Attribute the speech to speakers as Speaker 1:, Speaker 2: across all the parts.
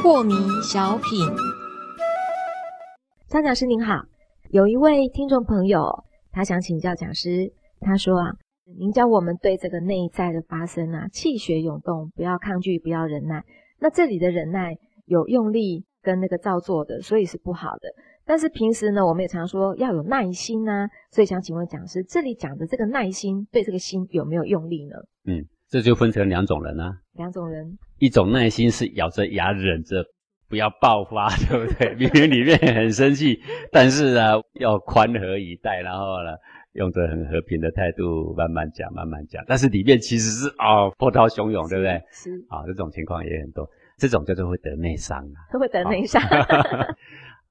Speaker 1: 破迷小品。张讲师您好，有一位听众朋友，他想请教讲师，他说啊，您教我们对这个内在的发生啊，气血涌动，不要抗拒，不要忍耐。那这里的忍耐有用力跟那个造作的，所以是不好的。但是平时呢，我们也常说要有耐心呐、所以想请问讲师，这里讲的这个耐心对这个心有没有用力呢？
Speaker 2: 嗯，这就分成两种人啊，
Speaker 1: 两种人，
Speaker 2: 一种耐心是咬着牙忍着，不要爆发， 对不对？明明里面很生气，但是呢、要宽和以待，然后呢，用着很和平的态度慢慢讲，慢慢讲，但是里面其实是哦波涛汹涌，对不对？
Speaker 1: 是？是，
Speaker 2: 啊、这种情况也很多，这种叫做会得内伤啊。
Speaker 1: 会等一下，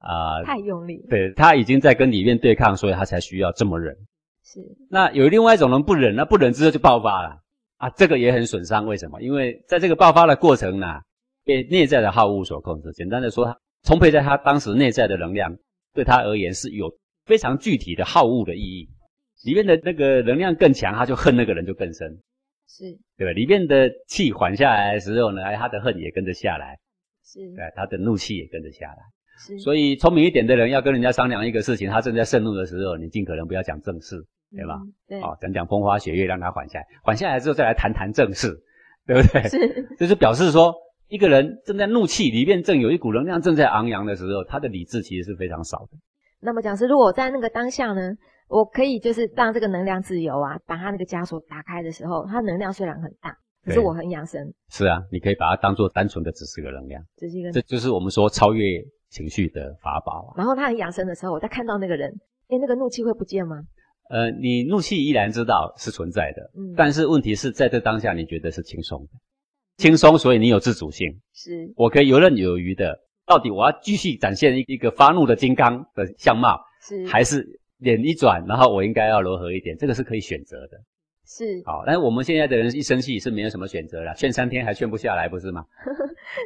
Speaker 2: 啊、
Speaker 1: 太用力，
Speaker 2: 对他已经在跟里面对抗，所以他才需要这么忍。
Speaker 1: 是
Speaker 2: 那有另外一种人不忍，那不忍之后就爆发了啊，这个也很损伤。为什么？因为在这个爆发的过程呢、被内在的好恶所控制。简单的说，他充沛在他当时内在的能量，对他而言是有非常具体的好恶的意义。里面的那个能量更强，他就恨那个人就更深，
Speaker 1: 是
Speaker 2: 对吧？里面的气缓下来的时候呢，哎，他的恨也跟着下来，
Speaker 1: 是
Speaker 2: 对，他的怒气也跟着下来。
Speaker 1: 是，
Speaker 2: 所以聪明一点的人要跟人家商量一个事情，他正在盛怒的时候，你尽可能不要讲正事。
Speaker 1: 以
Speaker 2: 对吧？
Speaker 1: 嗯对，
Speaker 2: 哦，讲讲风花雪月，让它缓下来，缓下来之后再来谈谈正事，对不对？
Speaker 1: 是
Speaker 2: 就是表示说，一个人正在怒气里面，正有一股能量正在昂扬的时候，他的理智其实是非常少的。
Speaker 1: 那么讲师，如果我在那个当下呢，我可以就是让这个能量自由啊，把它那个枷锁打开的时候，它能量虽然很大，可是
Speaker 2: 对
Speaker 1: 我很养生，
Speaker 2: 是啊，你可以把它当做单纯的只是个能量，
Speaker 1: 这是一个。
Speaker 2: 这就是我们说超越情绪的法宝啊。
Speaker 1: 然后他很养生的时候，我在看到那个人，哎，那个怒气会不见吗？
Speaker 2: 呃，你怒气依然知道是存在的，
Speaker 1: 嗯，
Speaker 2: 但是问题是在这当下，你觉得是轻松的，轻松，所以你有自主性。
Speaker 1: 是
Speaker 2: 我可以游刃有余的。到底我要继续展现一个发怒的金刚的相貌，
Speaker 1: 是
Speaker 2: 还是脸一转，然后我应该要柔和一点？这个是可以选择的。
Speaker 1: 是，
Speaker 2: 好，但是我们现在的人一生气是没有什么选择了，劝三天还劝不下来，不是吗？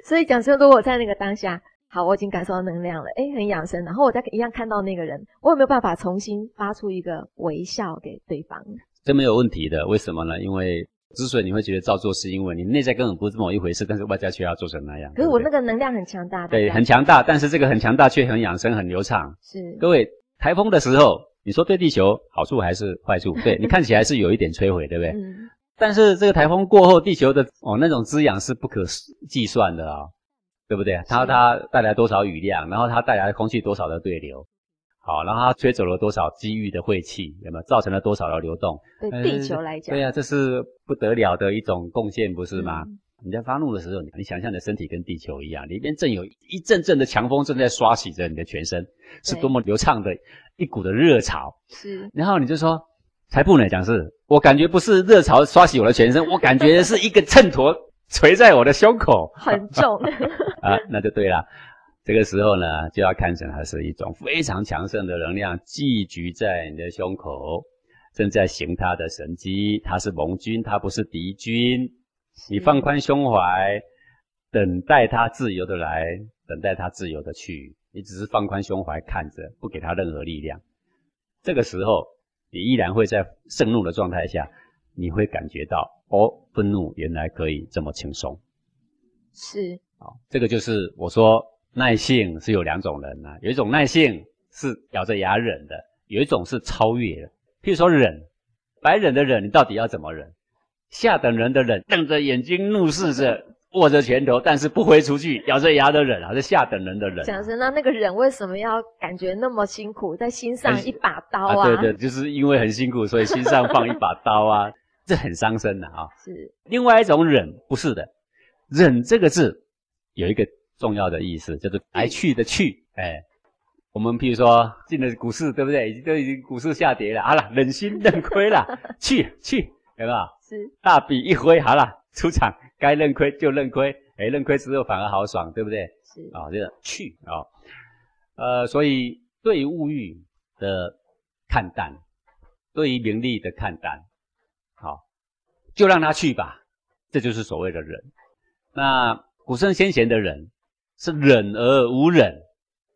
Speaker 1: 所以讲师，如果我在那个当下，好，我已经感受到能量了，哎，很养生，然后我再一样看到那个人，我有没有办法重新发出一个微笑给对方？
Speaker 2: 这没有问题的。为什么呢？因为之所以你会觉得照做，是因为你内在根本不是这么一回事，但是外在却要做成那样。
Speaker 1: 可是我
Speaker 2: 对
Speaker 1: 那
Speaker 2: 不
Speaker 1: 个能量很强大的，
Speaker 2: 对对很强大，但是这个很强大却很养生、很流畅。
Speaker 1: 是
Speaker 2: 各位，台风的时候，你说对地球好处还是坏处？对你看起来是有一点摧毁，对不对？
Speaker 1: 嗯
Speaker 2: 但是这个台风过后，地球的哦那种滋养是不可计算的哦，对不对？它它带来多少雨量，然后它带来空气多少的对流，好，然后它吹走了多少机遇的晦气，有没有造成了多少的流动？
Speaker 1: 对
Speaker 2: 呃
Speaker 1: 地球来讲，
Speaker 2: 对呀、这是不得了的一种贡献，不是吗？
Speaker 1: 嗯
Speaker 2: 你在发怒的时候，你你想象你的身体跟地球一样，里面正有一阵阵的强风正在刷洗着你的全身，是
Speaker 1: 对
Speaker 2: 多么流畅的一股的热潮。
Speaker 1: 是
Speaker 2: 然后你就说，才不呢，讲是，我感觉不是热潮刷洗我的全身，我感觉是一个秤砣垂在我的胸口
Speaker 1: 很重，
Speaker 2: 啊，那就对了。这个时候呢，就要看成它是一种非常强盛的能量寄居在你的胸口，正在行它的神机，它是盟军，它不是敌军。你放宽胸怀，等待它自由的来，等待它自由的去。你只是放宽胸怀看着，不给它任何力量。这个时候，你依然会在盛怒的状态下，你会感觉到哦，愤怒原来可以这么轻松。
Speaker 1: 是
Speaker 2: 好，这个就是我说耐性是有两种人啊，有一种耐性是咬着牙忍的，有一种是超越的。譬如说忍，白忍的忍，你到底要怎么忍？下等人的忍，瞪着眼睛怒视着，握着拳头，但是不挥出去，咬着牙的忍啊，是下等人的忍啊、
Speaker 1: 讲真，那那个人为什么要感觉那么辛苦，在心上
Speaker 2: 很
Speaker 1: 一把刀
Speaker 2: 啊
Speaker 1: 啊？
Speaker 2: 对对，就是因为很辛苦，所以心上放一把刀啊， 这很伤身的啊。
Speaker 1: 是
Speaker 2: 另外一种忍不是的，忍这个字有一个重要的意思，叫做来去的去。哎，我们譬如说进了股市，对不对？已经都已经股市下跌了，好了，忍心认亏了，去去，有没有？
Speaker 1: 是
Speaker 2: 大笔一挥，好了，出场，该认亏就认亏，哎，认亏之后反而好爽，对不对？
Speaker 1: 是
Speaker 2: 啊、这个去啊、呃，所以对于物欲的看淡，对于名利的看淡，好、就让他去吧，这就是所谓的忍。那古圣先贤的忍是忍而无忍，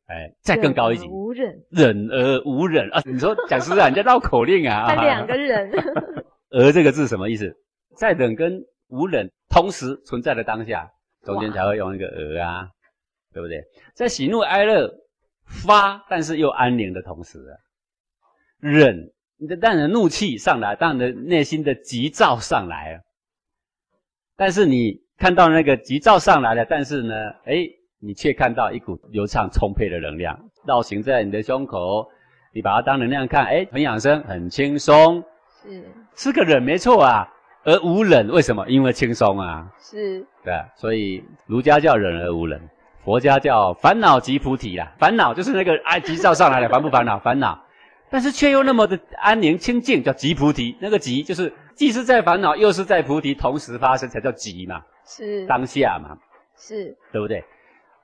Speaker 2: 哎，再更高一级
Speaker 1: 忍，无忍，
Speaker 2: 忍而无忍啊！你说讲师啊，你在绕口令啊？
Speaker 1: 他两 个人
Speaker 2: “而”这个字什么意思？在忍跟无忍同时存在的当下，中间
Speaker 1: 哇
Speaker 2: 才会用一个“而”啊，对不对？在喜怒哀乐发，但是又安宁的同时、啊，忍你的让人怒气上来，让人内心的急躁上来了。但是你看到那个急躁上来了，但是呢，哎，你却看到一股流畅充沛的能量绕行在你的胸口，你把它当能量看，哎，很养生，很轻松，
Speaker 1: 是
Speaker 2: 是个忍没错啊。而无忍为什么？因为轻松啊，
Speaker 1: 是
Speaker 2: 对啊，所以儒家叫忍而无忍，佛家叫烦恼即菩提啦。烦恼就是那个哎急躁上来了，烦不烦恼？烦恼，但是却又那么的安宁清净，叫即菩提。那个即就是既是在烦恼，又是在菩提同时发生，才叫即嘛，
Speaker 1: 是
Speaker 2: 当下嘛，
Speaker 1: 是，
Speaker 2: 对不对？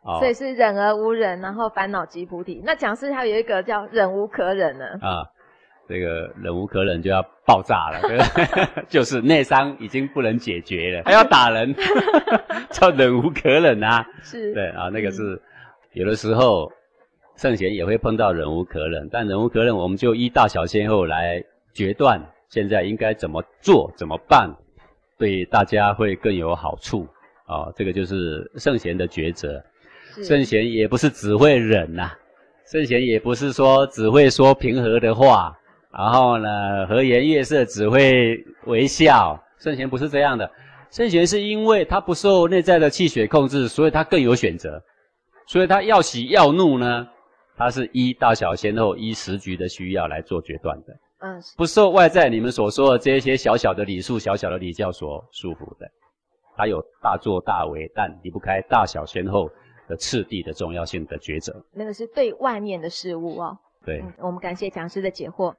Speaker 2: 哦
Speaker 1: 所以是忍而无忍，然后烦恼即菩提。那讲师还有一个叫忍无可忍呢，
Speaker 2: 啊，这个忍无可忍就要爆炸了， 对不对就是内伤已经不能解决了，还要打人， 叫忍无可忍啊。
Speaker 1: 是
Speaker 2: 对啊，那个是、有的时候圣贤也会碰到忍无可忍，但忍无可忍，我们就依大小先后来决断，现在应该怎么做、怎么办，对大家会更有好处啊。这个就是圣贤的抉择。圣
Speaker 1: 是
Speaker 2: 贤也不是只会忍呐、圣贤也不是说只会说平和的话，然后呢和颜悦色只会微笑。圣贤不是这样的，圣贤是因为他不受内在的气血控制，所以他更有选择，所以他要喜要怒呢，他是依大小先后、依时局的需要来做决断的，
Speaker 1: 嗯是
Speaker 2: 不受外在你们所说的这些小小的礼数、小小的礼教所束缚的。他有大作大为，但离不开大小先后的次第的重要性的抉择。
Speaker 1: 那个是对外面的事物哦。
Speaker 2: 对，
Speaker 1: 嗯，我们感谢讲师的解惑。